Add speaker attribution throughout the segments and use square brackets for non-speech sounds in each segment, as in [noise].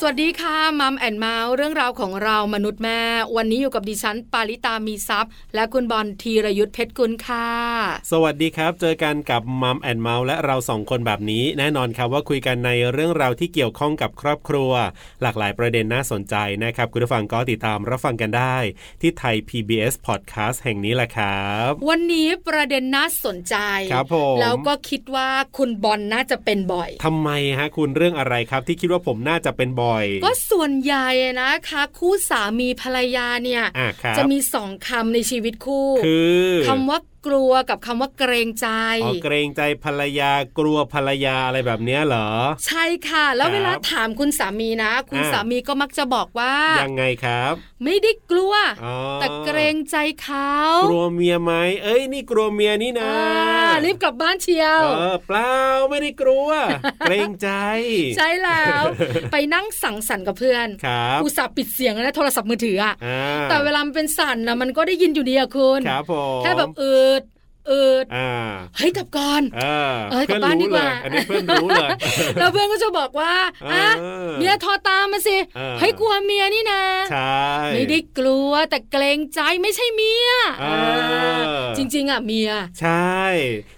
Speaker 1: สวัสดีค่ะมัมแอนเมาส์เรื่องราวของเรามนุษย์แม่ วันนี้อยู่กับดิฉัน ปาริตามีซัพย์ และคุณบอลธีรยุทธเพชรกุลค่ะ
Speaker 2: สวัสดีครับ เจอกันกับมัมแอนเมาส์และเราสองคนแบบนี้ แน่นอนครับว่าคุยกันในเรื่องราวที่เกี่ยวข้องกับครอบครัว หลากหลายประเด็นน่าสนใจนะครับ คุณผู้ฟังก็ติดตามรับฟังกันได้ ที่ไทย PBS Podcast แห่งนี้แหละครับ
Speaker 1: วันนี้ประเด็นน่าสนใจ
Speaker 2: ครับผม
Speaker 1: แล้วก็คิดว่าคุณบอลน่าจะเป็นบ่อย
Speaker 2: ทำไมฮะคุณเรื่องอะไรครับที่คิดว่าผมน่าจะเป็นบ่อย
Speaker 1: ก็ส่วนใหญ่นะคะ คู่สามีภรรยาเนี่ย
Speaker 2: อ่ะครับ
Speaker 1: จะมีสองคำในชีวิตคู่
Speaker 2: คือ
Speaker 1: คำว่ากลัวกับคำว่าเกรงใจ
Speaker 2: อ๋อเกรงใจภรรยากลัวภรรยาอะไรแบบเนี้ยเหรอ
Speaker 1: ใช่ค่ะ แล้ว
Speaker 2: ครับ
Speaker 1: เวลาถามคุณสามีนะ คุณ
Speaker 2: อ่า
Speaker 1: สามีก็มักจะบอกว่า
Speaker 2: ยังไงครับ
Speaker 1: ไม่ได้กลัว
Speaker 2: อ๋อ
Speaker 1: แต่เกรงใจเขา
Speaker 2: กลัวเมียไหมเอ้ยนี่กลัวเมียนี่นะ
Speaker 1: อ่ารีบกลับบ้านเชียว
Speaker 2: เออเปล่าไม่ได้กลั
Speaker 1: [laughs]
Speaker 2: ว เกรงใจ
Speaker 1: ใช่แล้ว
Speaker 2: [laughs]
Speaker 1: ไปนั่งสังสรรค์กับเพื่อน
Speaker 2: ครับ
Speaker 1: อุตส่าห์ปิดเสียงแล้วนะโทรศัพท์มือถืออะ
Speaker 2: อ่า
Speaker 1: แต่เวลามันเป็นสั่นนะมันก็ได้ยินอยู่ดีอะคุณ
Speaker 2: ครับผม
Speaker 1: แค่แบบอืดอืด
Speaker 2: อ่า
Speaker 1: เฮ้ยกลับก่อน
Speaker 2: เออ
Speaker 1: เอ้ยกลับ
Speaker 2: เพื่อน
Speaker 1: บ้านดีก
Speaker 2: รู้เล
Speaker 1: ว่า
Speaker 2: ยอันนี้เพื่อนรู้เลย
Speaker 1: แล้วเพื่อนก็จะบอกว่าอ่ะ
Speaker 2: เออ
Speaker 1: เมียโทอตามมาสิ
Speaker 2: เออ
Speaker 1: เฮ้ยกลัวเมียนี่นะ
Speaker 2: ใช่
Speaker 1: ไม่ได้กลัวแต่เกรงใจไม่ใช่เมีย
Speaker 2: เออ
Speaker 1: าจริงๆอะเมีย
Speaker 2: ใช่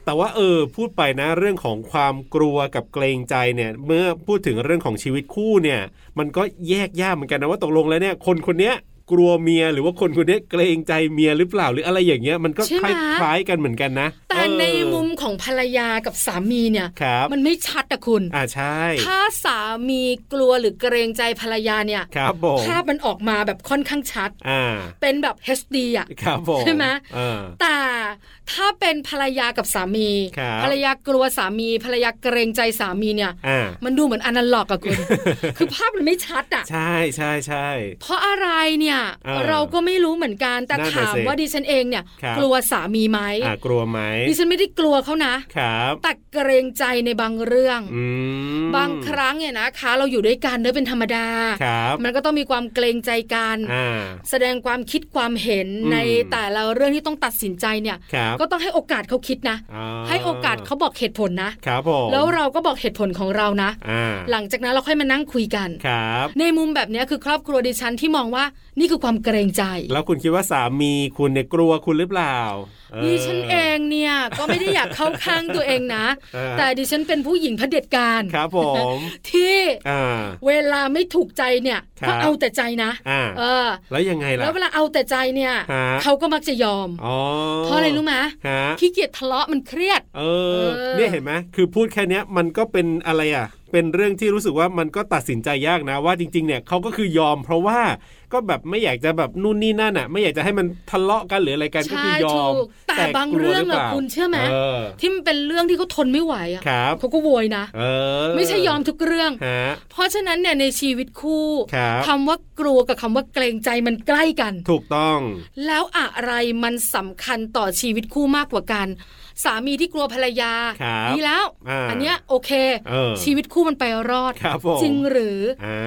Speaker 2: แต่ว่าเออพูดไปนะเรื่องของความกลัวกับเกรงใจเนี่ย เมื่อพูดถึงเรื่องของชีวิตคู่เนี่ย มันก็แยกยากเหมือนกันนะว่าตกลงแล้วเนี่ย คนคนเนี้ยกลัวเมียหรือว่าคนคนเนี้ยเกรงใจเมียหรือเปล่าหรืออะไรอย่างเงี้ยมันก็
Speaker 1: ใช่ไห
Speaker 2: ค
Speaker 1: ม
Speaker 2: ล้ายๆกันเหมือนกันนะ
Speaker 1: แต่
Speaker 2: เออ
Speaker 1: ในมุมของภรรยากับสามีเนี่ย
Speaker 2: ครับ
Speaker 1: มันไม่ชัดอะคุณ
Speaker 2: อ่าใช่
Speaker 1: ถ้าสามีกลัวหรือเกรงใจภรรยาเนี่ย
Speaker 2: ครับผม
Speaker 1: ภาพมันออกมาแบบค่อนข้างชัด
Speaker 2: อ่า
Speaker 1: เป็นแบบ HD อะ
Speaker 2: ครับผม
Speaker 1: ใช่ไหม
Speaker 2: เออ
Speaker 1: แต่ถ้าเป็นภรรยากับสามี
Speaker 2: ครับ
Speaker 1: ภรรยากลัวสามี ภรรยาเกรงใจสามีเนี่ย
Speaker 2: อ่า
Speaker 1: มันดูเหมือนอนาล็อกอะคุณ
Speaker 2: [laughs]
Speaker 1: คือภาพมันไม่ชัดอะ
Speaker 2: ใช่ใช่ใช่
Speaker 1: เพราะอะไรเนี่ย
Speaker 2: เออ
Speaker 1: เราก็ไม่รู้เหมือนกันแต่
Speaker 2: นั่นน่ะ
Speaker 1: ถาม
Speaker 2: สิ
Speaker 1: ว่าดิฉันเองเนี่ย
Speaker 2: ครับ
Speaker 1: กลัวสามีไหม
Speaker 2: อ่ากลัวไหม
Speaker 1: ดิฉันไม่ได้กลัวเขานะครับ แต่เกรงใจในบางเรื่อง
Speaker 2: อืม
Speaker 1: บางครั้งเนี่ยนะคะ เราอยู่ด้วยกันเนื้อเป็นธรรมดา
Speaker 2: ครับ
Speaker 1: มันก็ต้องมีความเกรงใจกัน
Speaker 2: อ่า
Speaker 1: แสดงความคิดความเห็น
Speaker 2: อืม
Speaker 1: ในแต่ละเรื่องที่ต้องตัดสินใจเนี่ย
Speaker 2: ครับ
Speaker 1: ก็ต้องให้โอกาสเขาคิดนะ
Speaker 2: อ่า
Speaker 1: ให้โอกาสเขาบอกเหตุผลนะ
Speaker 2: ครับผม
Speaker 1: แล้วเราก็บอกเหตุผลของเรานะ
Speaker 2: อ่า
Speaker 1: หลังจากนั้นเราค่อยมานั่งคุยกัน
Speaker 2: ครับ
Speaker 1: ในมุมแบบเนี้ยคือครอบครัวดิฉันที่มองว่านี่คือความเกรงใจ
Speaker 2: แล้วคุณคิดว่าสามีคุณเนี่ยกลัวคุณหรือเปล่าเออ
Speaker 1: ดิฉันเองเนี่ยก็ไม่ได้อยากเข้าข้างตัวเองนะ
Speaker 2: เออ
Speaker 1: แต่ดิฉันเป็นผู้หญิงเผด็จการ
Speaker 2: ครับผม
Speaker 1: ที่
Speaker 2: อ่า
Speaker 1: เวลาไม่ถูกใจเนี่ย
Speaker 2: ครับ
Speaker 1: ก็เอาแต่ใจนะ
Speaker 2: อ่า
Speaker 1: เออ
Speaker 2: แล้วยังไงล่ะ
Speaker 1: แล้วเวลาเอาแต่ใจเนี่ย
Speaker 2: ฮะ
Speaker 1: เขาก็มักจะยอม
Speaker 2: อ๋อ
Speaker 1: เพราะอะไรรู้ไหม
Speaker 2: ฮะ
Speaker 1: ขี้เกียจทะเลาะมันเครียด
Speaker 2: เอ
Speaker 1: เอ
Speaker 2: อ
Speaker 1: อ
Speaker 2: เนี่ยเห็นไหมคือพูดแค่เนี้ยมันก็เป็นอะไรอ่ะ เป็นเรื่องที่รู้สึกว่ามันก็ตัดสินใจยากนะว่าจริง ๆ เนี่ยเขาก็คือยอม เพราะว่าก็แบบไม่อยากจะแบบนู่นนี่นั่นอ่ะ ไม่อยากจะให้มันทะเลาะกันหรืออะไรกันก็คือยอม
Speaker 1: ถูกแต่บางเรื่องอะคุณเชื่อไหม
Speaker 2: เออ
Speaker 1: ที่มันเป็นเรื่องที่เขาทนไม่ไหวอะ
Speaker 2: ครับ
Speaker 1: เขาก็โวยนะ
Speaker 2: เออ
Speaker 1: ไม่ใช่ยอมทุกเรื่อง
Speaker 2: ฮะ
Speaker 1: เพราะฉะนั้นเนี่ยในชีวิตคู่
Speaker 2: ครับ
Speaker 1: คำว่ากลัวกับคำว่าเกรงใจมันใกล้กัน
Speaker 2: ถูกต้อง
Speaker 1: แล้วอะไรมันสำคัญต่อชีวิตคู่มากกว่ากัน สามีที่กลัวภรรยา
Speaker 2: ครับ
Speaker 1: ดีแล้ว
Speaker 2: า
Speaker 1: อันเนี้ยโอเค
Speaker 2: เออ
Speaker 1: ชีวิตคู่มันไปรอด
Speaker 2: ครับผม
Speaker 1: จริงหรืออ
Speaker 2: อ่า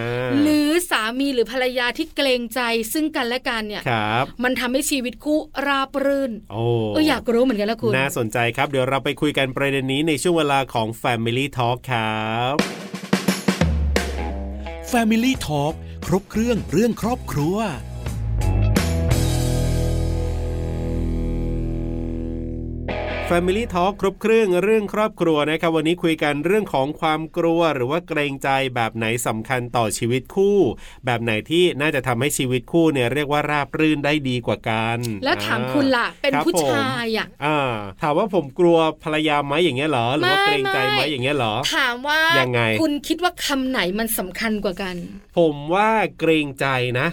Speaker 1: หรือสามีหรือภรรยาที่เกรงใจซึ่งกันและกันเนี่ย
Speaker 2: ครับ
Speaker 1: มันทำให้ชีวิตคู่ราบรื่น
Speaker 2: โอ้
Speaker 1: เอออยากรู้เหมือนกันละคุณ
Speaker 2: น่าสนใจครับ เดี๋ยวเราไปคุยกันประเด็นนี้ในช่วงเวลาของ Family Talk ครับ
Speaker 3: Family Talk ครบเครื่องเรื่องครอบครัว
Speaker 2: Family Talk ครบเครื่องเรื่องครอบครัวนะครับ วันนี้คุยกันเรื่องของความกลัว หรือว่าเกรงใจแบบไหนสำคัญต่อชีวิตคู่ แบบไหนที่น่าจะทำให้ชีวิตคู่เนี่ยเรียกว่าราบรื่นได้ดีกว่ากัน
Speaker 1: แล้วถาม
Speaker 2: อ่
Speaker 1: คุณล่ะ เป็น
Speaker 2: ครับ
Speaker 1: ผู้
Speaker 2: ผม
Speaker 1: ชายอ่ะ
Speaker 2: อ่าถามว่าผมกลัวภรรยาไหมอย่างเงี้ยเหรอหรือว่า
Speaker 1: ไม่
Speaker 2: เกรงใจไหม
Speaker 1: ไม่
Speaker 2: อย่างเงี้ยเหรอ
Speaker 1: ถามว่าย
Speaker 2: งไง
Speaker 1: คุณคิดว่าคำไหนมันสำคัญกว่ากัน
Speaker 2: ผมว่าเกรงใจนะ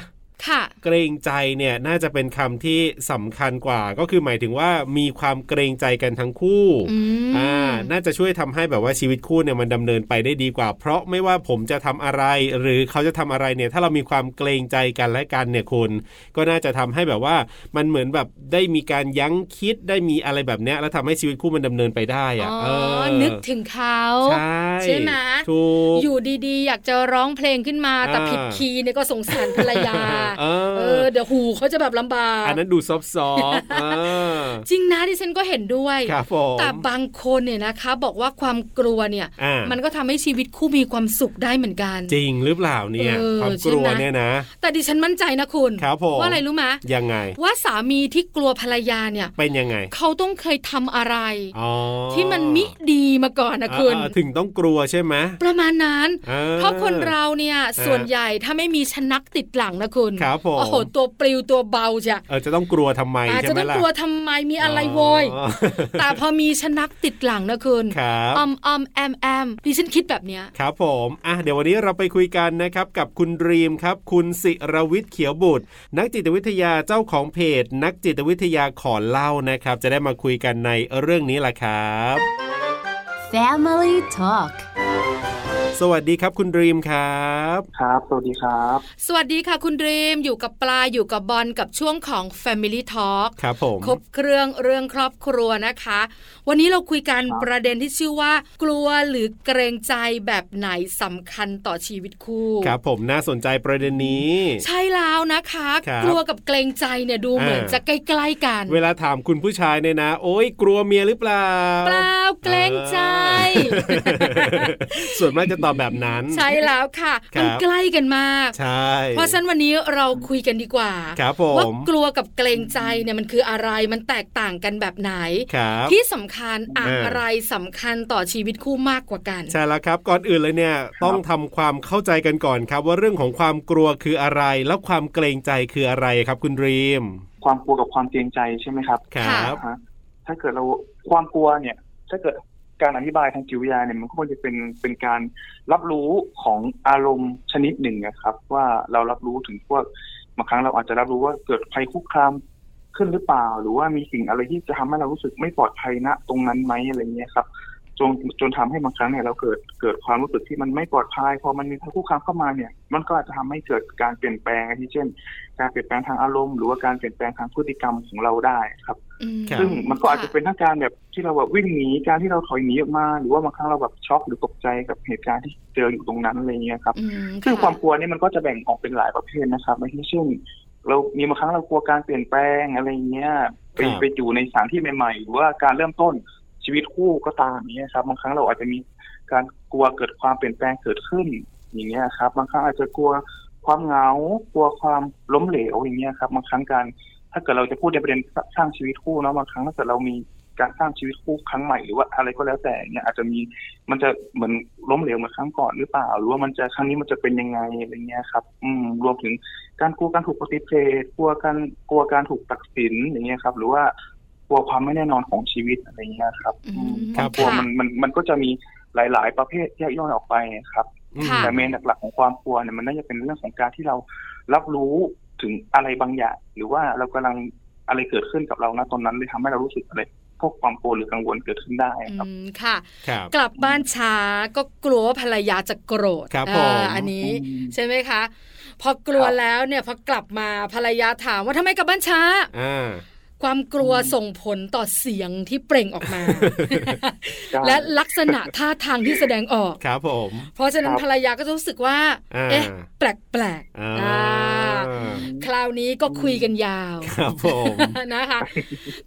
Speaker 1: ค่ะ
Speaker 2: เกรงใจเนี่ยน่าจะเป็นคำที่สำคัญกว่า ก็คือหมายถึงว่ามีความเกรงใจกันทั้งคู่
Speaker 1: อืม
Speaker 2: อ่าน่าจะช่วยทำให้แบบว่าชีวิตคู่เนี่ยมันดำเนินไปได้ดีกว่า เพราะไม่ว่าผมจะทำอะไร หรือเขาจะทำอะไรเนี่ยถ้าเรามีความเกรงใจกันและกันเนี่ยคุณก็น่าจะทำให้แบบว่ามันเหมือนแบบได้มีการยั้งคิดได้มีอะไรแบบเนี้ยแล้วทำให้ชีวิตคู่มันดำเนินไปได้อะ
Speaker 1: อ๋อ
Speaker 2: เออ
Speaker 1: นึกถึงเขา
Speaker 2: ใช่
Speaker 1: ใช่ไหม
Speaker 2: ถูก
Speaker 1: อยู่ดีๆ อยากจะร้องเพลงขึ้นมา แต่
Speaker 2: อ่า
Speaker 1: ผิดคีย์เนี่ยก็สงสารภรรยา
Speaker 2: เออ
Speaker 1: เออเดี๋ยวหูเขาจะแบบลำบาก
Speaker 2: อันนั้นดูซอฟซอฟๆเออ
Speaker 1: จริงนะดิฉันก็เห็นด้วย
Speaker 2: ครับผม
Speaker 1: แต่บางคนเนี่ยนะคะ บอกว่าความกลัวเนี่ย
Speaker 2: อ่ามั
Speaker 1: มันก็ทำให้ชีวิตคู่มีความสุขได้เหมือนกัน
Speaker 2: จริงหรือเปล่าเนี่ย
Speaker 1: เออ
Speaker 2: ความกลัว
Speaker 1: ใช่ไหม
Speaker 2: เนี่ยนะ
Speaker 1: แต่ดิฉันมั่นใจนะคุณ
Speaker 2: ครับผม
Speaker 1: ว่าอะไรรู้ไหม
Speaker 2: ยังไง
Speaker 1: ว่าสามีที่กลัวภรรยาเนี่ย
Speaker 2: เป็นยังไง
Speaker 1: เขาต้องเคยทำอะไร
Speaker 2: อ๋อ
Speaker 1: ที่มันมิดีมาก่อนนะคุณ
Speaker 2: อ่าถึงต้องกลัวใช่ไหม
Speaker 1: ประมาณนั้น
Speaker 2: อ่
Speaker 1: เพราะคนเราเนี่ยส่วนใหญ่ถ้าไม่มีชนักติดหลังนะคุณ
Speaker 2: ครับผม
Speaker 1: โอ้โหตัวปลิวตัวเบาจ้ะ
Speaker 2: เออจะต้องกลัวทำไม
Speaker 1: อาจ
Speaker 2: ใช่
Speaker 1: จะ
Speaker 2: ไหม
Speaker 1: ต้อง
Speaker 2: ล่ะ
Speaker 1: กลัวทำไมมีอะไรโวย
Speaker 2: อ๋อ
Speaker 1: แต่พอมีชนักติดหลังนะคุณ
Speaker 2: ครับ
Speaker 1: ออมออมแอมแอมดิฉันคิดแบบเนี้ย
Speaker 2: ครับผมอ่ะเดี๋ยววันนี้เราไปคุยกันนะครับกับคุณดรีมครับ คุณศิรวิทย์เขียวบุตร นักจิตวิทยาเจ้าของเพจ นักจิตวิทยาขอเล่านะครับ จะได้มาคุยกันในเรื่องนี้แหละครับ
Speaker 4: Family Talk
Speaker 2: สวัสดีครับคุณดรีมครับ
Speaker 5: ครับ สวัสดีครับ
Speaker 1: สวัสดีค่ะคุณเรมอยู่กับปลาอยู่กับบอลกับช่วงของ Family Talk
Speaker 2: ครับผม
Speaker 1: ครบเครื่องเรื่องครอบครัวนะคะ วันนี้เราคุยกัน
Speaker 5: ครับ
Speaker 1: ประเด็นที่ชื่อว่า กลัวหรือเกรงใจแบบไหนสำคัญต่อชีวิตคู่
Speaker 2: ครับผมน่าสนใจประเด็นนี้
Speaker 1: ใช่แล้วนะคะ
Speaker 2: ครับ
Speaker 1: กลัวกับเกรงใจเนี่ยดู
Speaker 2: อ่า
Speaker 1: เหมือนจะใกล้ๆกัน
Speaker 2: เวลาถามคุณผู้ชายเนี่ยนะ โอ๊ยกลัวเมียหรือเปล่า
Speaker 1: เปล่าเกรงใจ
Speaker 2: อ่า ส่วนมากจะตอบแบบนั้น
Speaker 1: ใช่แล้วค่ะ
Speaker 2: ครับ
Speaker 1: มันใกล้กันมาก
Speaker 2: ใช่
Speaker 1: เพราะฉะนั้นวันนี้เราคุยกันดีกว่า
Speaker 2: ครับผม
Speaker 1: ว่ากลัวกับเกรงใจเนี่ยมันคืออะไรมันแตกต่างกันแบบไหน
Speaker 2: ครับ
Speaker 1: ที่สำคัญอะ
Speaker 2: อ่า
Speaker 1: อะไรสำคัญต่อชีวิตคู่มากกว่ากัน
Speaker 2: ใช่แล้วครับ ก่อนอื่นเลยเนี่ยต้องทำความเข้าใจกันก่อนครับ ว่าเรื่องของความกลัวคืออะไร แล้วความเกรงใจคืออะไรครับ คุณรีม
Speaker 5: ความกลัวกับความเกรงใจใช่ไหมครับ
Speaker 2: ค
Speaker 1: ค่ะ
Speaker 2: รับ
Speaker 5: ฮะถ้าเกิดเราความกลัวเนี่ย ถ้าเกิดการอธิบายทางจิตวิทยาเนี่ยมันก็ควรจะเป็นเป็นการรับรู้ของอารมณ์ชนิดหนึ่งนะครับ ว่าเรารับรู้ถึงพวกบางครั้งเราอาจจะรับรู้ว่าเกิดภัยคุกคามขึ้นหรือเปล่า หรือว่ามีสิ่งอะไรที่จะทำให้เรารู้สึกไม่ปลอดภัยณตรงนั้นไหมอะไรเงี้ยครับ จนจนทำให้บางครั้งเนี่ยเราเกิดเกิดความรู้สึกที่มันไม่ปลอดภัยพอมันมีภัยคุกคามเข้ามาเนี่ย มันก็อาจจะทำให้เกิดการเปลี่ยนแปลงอาทิเช่น การเปลี่ยนแปลงทางอารมณ์หรือว่าการเปลี่ยนแปลงทางพฤติกรรมของเราได้ครับ
Speaker 1: อืม
Speaker 2: ครับ
Speaker 5: ซึ่งมันก็อาจจะเป็นทั้งการแบบที่เราแบบวิ่งหนีการที่เราถอยหนีออกมา หรือว่าบางครั้งเราแบบช็อกหรือตกใจกับเหตุการณ์ที่เจออยู่ตรงนั้นอะไรเงี้ยครับ
Speaker 1: อืม
Speaker 5: ซึ่ง
Speaker 1: ะ
Speaker 5: ความกลัวเนี่ยมันก็จะแบ่งออกเป็นหลายประเภทนะครับอาทิเช่น เรามีบางครั้งเรากลัวการเปลี่ยนแปลงอะไรเงี้ยไป
Speaker 2: ครับ
Speaker 5: ไปอยู่ในสถานที่ใหม่ๆ หรือว่าการเริ่มต้นชีวิตคู่ก็ตามเนี้ยครับบางครั้งเราอาจจะมีการกลัวเกิดความเปลี่ยนแปลงเกิดขึ้นอย่างเงี้ยครับบางครั้งอาจจะกลัวความเหงากลัวความล้มเหลวอย่างเงี้ยครับบางครั้งการถ้าเกิดเราจะพูดในประเด็นสร้างชีวิตคู่เนาะบางครั้งถ้าเกิดเรามีการสร้างชีวิตคู่ครั้งใหม่หรือว่าอะไรก็แล้วแต่เนี่ยอาจจะมี มันจะเหมือนล้มเหลวเหมือนครั้งก่อนหรือเปล่า หรือว่ามันจะครั้งนี้มันจะเป็นยังไงอะไรเงี้ยครับ อืมรวมถึงการกลัวการถูกปฏิเสธกลัวการกลัวการถูกตัดสินอย่างเงี้ยครับ หรือว่ากลัวความไม่แน่นอนของชีวิตอะไรเงี้ยครับ
Speaker 1: อื
Speaker 5: อื
Speaker 1: ม
Speaker 5: ม
Speaker 2: ครับ
Speaker 5: กลัว
Speaker 1: ะ
Speaker 5: มันมันมันก็จะมีหลาย ๆ ประเภทแยกย่อยออกไปครับ
Speaker 2: อืม
Speaker 1: ค่ะ
Speaker 5: แต่เมนหลักๆของความกลัวเนี่ยมันน่าจะเป็นเรื่องของการที่เรารับรู้ถึงอะไรบางอย่าง หรือว่าเรากำลังอะไรเกิดขึ้นกับเราณตอนนั้นเลยทำให้เรารู้สึกอะไรพวกความกลัวหรือกังวลเกิดขึ้นได้ครับ
Speaker 1: อืมค่ะ
Speaker 2: ครับ
Speaker 1: กลับบ้านช้าก็กลัวว่าภรรยาจะโกรธ
Speaker 2: ครับ
Speaker 1: อ่า
Speaker 2: ผม
Speaker 1: อันนี้
Speaker 5: อืม
Speaker 1: ใช่ไหมคะ พอกลัว
Speaker 5: ครับ
Speaker 1: แล้วเนี่ยพอกลับมาภรรยาถามว่าทำไมกลับบ้านช้า
Speaker 2: อ่า
Speaker 1: ความกลัว
Speaker 5: อืม
Speaker 1: ส่งผลต่อเสียงที่เปล่งออกมา และลักษณะท่าทางที่แสดงออก
Speaker 2: ครับผม
Speaker 1: เพราะฉะนั้น
Speaker 5: ครับ
Speaker 1: ภรรยาก็จะรู้สึกว่า
Speaker 2: อ่า
Speaker 1: เอ๊ะ แปลกแปลกๆ
Speaker 2: อ่า
Speaker 1: อ่าคราวนี้ก็คุยกันยาว
Speaker 2: ครับผม
Speaker 1: นะคะ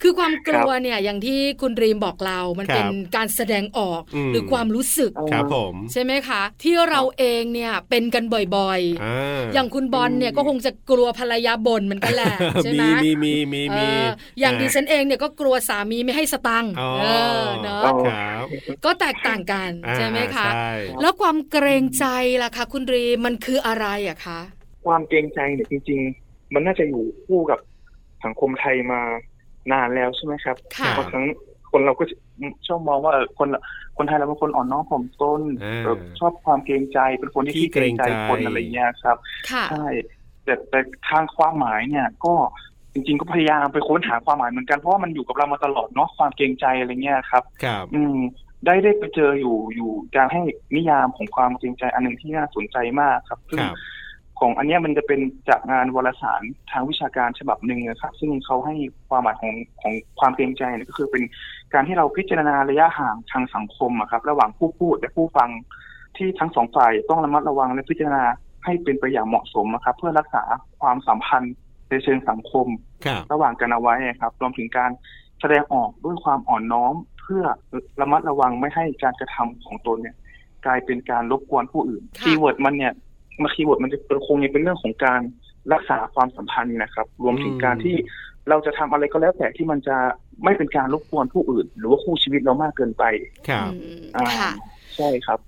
Speaker 1: คือความกลัวเนี่ยอย่างที่คุณรีมบอกเรา มันเป็น
Speaker 2: ครับ
Speaker 1: การแสดงออก
Speaker 2: อืม
Speaker 1: หรือความรู้สึก
Speaker 2: ครับผม
Speaker 1: ใช่ไหมคะ ที่เราเองเนี่ยเป็นกันบ่อยๆ
Speaker 2: อ่า
Speaker 1: อย่างคุณบอลเนี่ยก็คงจะกลัวภรรยาบ่นเหมือนกันแห
Speaker 2: [laughs]
Speaker 1: ละใช่ไหม
Speaker 2: มีมีมีมีมี
Speaker 1: เอออย่างดิฉันเองเนี่ยก็กลัวสามีไม่ให้สตังค์
Speaker 2: อ๋อ
Speaker 1: เออเนาะ
Speaker 2: ครับ
Speaker 1: ก็แตกต่างกันใช่ไหมคะ
Speaker 2: อ่าใช่
Speaker 1: แล้วความเกรงใจล่ะคะ คุณรีมันคืออะไรอะคะ
Speaker 5: ความเกรงใจเนี่ยจริง ๆ มันน่าจะอยู่คู่กับสังคมไทยมานานแล้วใช่ไหมครับ
Speaker 1: ค่ะ
Speaker 5: บางครั้งคนเราก็ชอบมองว่าเออคนละคนไทยเราเป็นคนอ่อนน้อมถ่อมตน
Speaker 2: อ่า
Speaker 5: แบบชอบความเกรงใจเป็นคนที่
Speaker 2: ขี้
Speaker 5: ขี้เกรง
Speaker 2: เก
Speaker 5: ใจ
Speaker 2: รงใจ
Speaker 5: คนอะไรเงี้ยครับ
Speaker 1: ค่ะ
Speaker 5: ใช่แต่แต่ทางความหมายเนี่ย ก็จริง ๆ ก็พยายามไปค้นหาความหมายเหมือนกันเพราะว่ามันอยู่กับเรามาตลอดเนาะความเกรงใจอะไรเงี้ยครับ
Speaker 2: ครับ
Speaker 5: อืมได้ได้ไปเจออยู่อยู่การให้นิยามของความเกรงใจอันหนึ่งที่น่าสนใจมากครับซึ่ง
Speaker 2: ครับ
Speaker 5: ของอันเนี้ยมันจะเป็นจากงานวารสารทางวิชาการฉบับหนึ่งนะครับซึ่งเขาให้ความหมายของของความเกรงใจเนี่ยก็คือเป็นการที่เราพิจารณาระยะห่างทางสังคมอะครับ ระหว่างผู้พูดและผู้ฟังที่ทั้งสองฝ่ายต้องระมัดระวังและพิจารณา ให้เป็นไปอย่างเหมาะสมนะครับ เพื่อรักษาความสัมพันธ์ในเชิงสังคม
Speaker 2: ครับ
Speaker 5: ระหว่างกันเอาไว้ครับรวมถึงการแสดงออกด้วยความอ่อนน้อม เพื่อระมัดระวังไม่ให้การกระทำของตนเนี่ย กลายเป็นการรบกวนผู้อื่น
Speaker 1: ค่ะ
Speaker 5: คีย์เวิร์ดมันเนี่ยมาคีย์เวิร์ดมันจะคงยังเป็นเรื่องของการรักษาความสัมพันธ์นะครับ รวมถึงการที่เราจะทำอะไรก็แล้วแต่ที่มันจะไม่เป็นการรบกวนผู้อื่น หรือว่าคู่ชีวิตเรามากเกินไป
Speaker 2: ครับ
Speaker 1: อืม
Speaker 5: อ่า
Speaker 1: ค่ะ
Speaker 5: ใช่ครับ